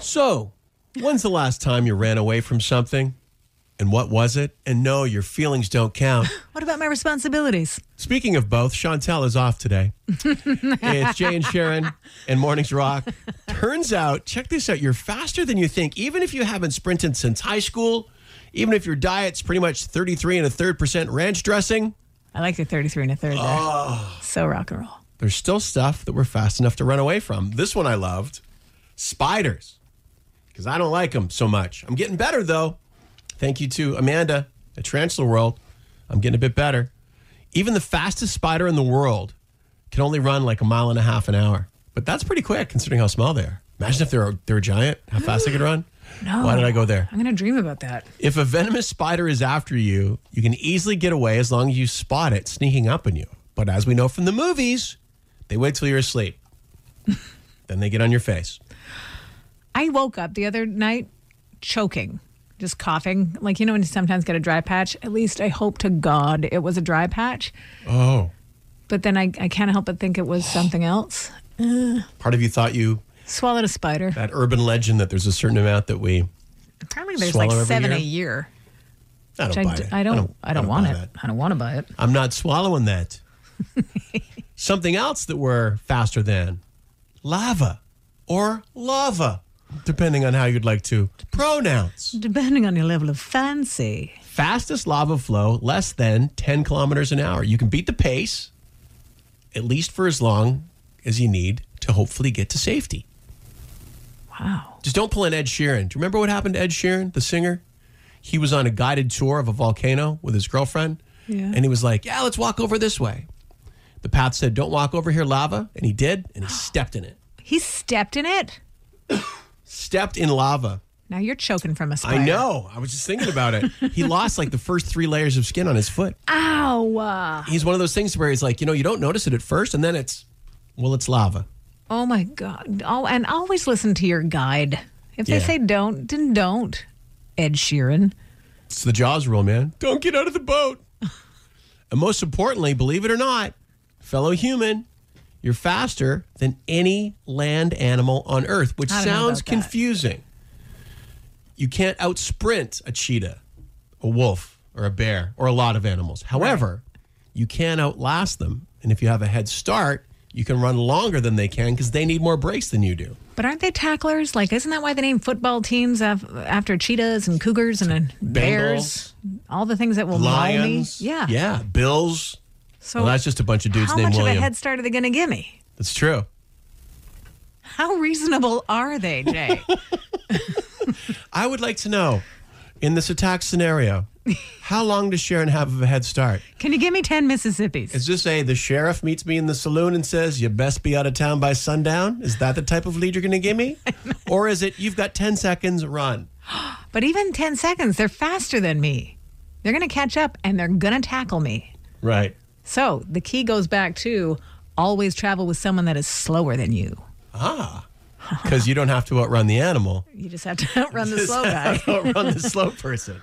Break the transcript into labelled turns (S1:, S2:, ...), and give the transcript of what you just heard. S1: So, when's the last time you ran away from something? And what was it? And no, your feelings don't count.
S2: What about my responsibilities?
S1: Speaking of both, Chantel is off today. it's Jay and Sharon and Mornings Rock. Turns out, check this out, you're faster than you think. Even if you haven't sprinted since high school, even if your diet's pretty much 33 and a third percent ranch dressing,
S2: I like the 33 and a third. There.
S1: Ah.
S2: So rock and roll.
S1: there's still stuff that we're fast enough to run away from. This one I loved spiders, because I don't like them so much. I'm getting better, though. Thank you to Amanda at Tarantula World. I'm getting a bit better. Even the fastest spider in the world can only run like a mile and a half an hour. But that's pretty quick considering how small they are. Imagine if they're, they're giant, how fast they could run.
S2: No.
S1: Why did I go there?
S2: I'm going to dream about that.
S1: If a venomous spider is after you, you can easily get away as long as you spot it sneaking up on you. But as we know from the movies, they wait till you're asleep. then they get on your face.
S2: I woke up the other night choking, just coughing. Like, you know, when you sometimes get a dry patch, at least I hope to God it was a dry patch.
S1: Oh.
S2: But then I, I can't help but think it was something else.
S1: Part of you thought you,
S2: Swallowed a spider.
S1: that urban legend that there's a certain amount that we,
S2: Apparently there's
S1: Swallow
S2: like
S1: every
S2: seven
S1: year?
S2: a year.
S1: I don't
S2: Which I,
S1: buy
S2: d-
S1: it.
S2: I don't, I don't, want
S1: buy
S2: it.
S1: that.
S2: I don't want to buy it.
S1: I'm not swallowing that. Something else that we're faster than lava or lava, depending on how you'd like to pronounce.
S2: Depending on your level of fancy.
S1: fastest lava flow less than 10 kilometers an hour. You can beat the pace at least for as long as you need to hopefully get to safety.
S2: Wow.
S1: Just don't pull an Ed Sheeran. Do you remember what happened to Ed Sheeran, the singer? He was on a guided tour of a volcano with his girlfriend.
S2: Yeah.
S1: And he was like, Yeah, let's walk over this way. The path said, Don't walk over here, lava. And he did. And he stepped in it.
S2: He stepped in it.
S1: Stepped in lava.
S2: Now you're choking from a spider.
S1: I know. I was just thinking about it. he lost like the first three layers of skin on his foot.
S2: Ow. uh,
S1: he's one of those things where he's like, you know, you don't notice it at first, and then it's, well, it's lava.
S2: Oh my God. Oh, and always listen to your guide. If they
S1: Yeah.
S2: say don't, then don't. Ed Sheeran.
S1: It's the Jaws rule, man. Don't get out of the boat. and most importantly, believe it or not, fellow human, you're faster than any land animal on Earth, which
S2: I don't know
S1: sounds
S2: about that.
S1: confusing. You can't outsprint a cheetah, a wolf, or a bear, or a lot of animals. However, you can outlast them. And if you have a head start, you can run longer than they can because they need more brakes than you do.
S2: But aren't they tacklers? Like, isn't that why they name football teams af- after cheetahs and cougars and uh, bears? All the things that will
S1: Lions.
S2: maul me. Yeah.
S1: Yeah. Bills.
S2: So
S1: well, that's just a bunch of dudes
S2: how
S1: named
S2: much
S1: William.
S2: of a head start are they going to give me?
S1: that's true.
S2: How reasonable are they, Jay?
S1: I would like to know in this attack scenario, how long does Sharon have of a head start?
S2: Can you give me 10 Mississippis?
S1: Is this a the sheriff meets me in the saloon and says, you best be out of town by sundown? Is that the type of lead you're going to give me? or is it, you've got 10 seconds, run?
S2: But even 10 seconds, they're faster than me. They're going to catch up and they're going to tackle me.
S1: Right.
S2: So the key goes back to always travel with someone that is slower than you.
S1: Ah. Because you don't have to outrun the animal.
S2: You just have to outrun the slow guy.
S1: outrun the slow person.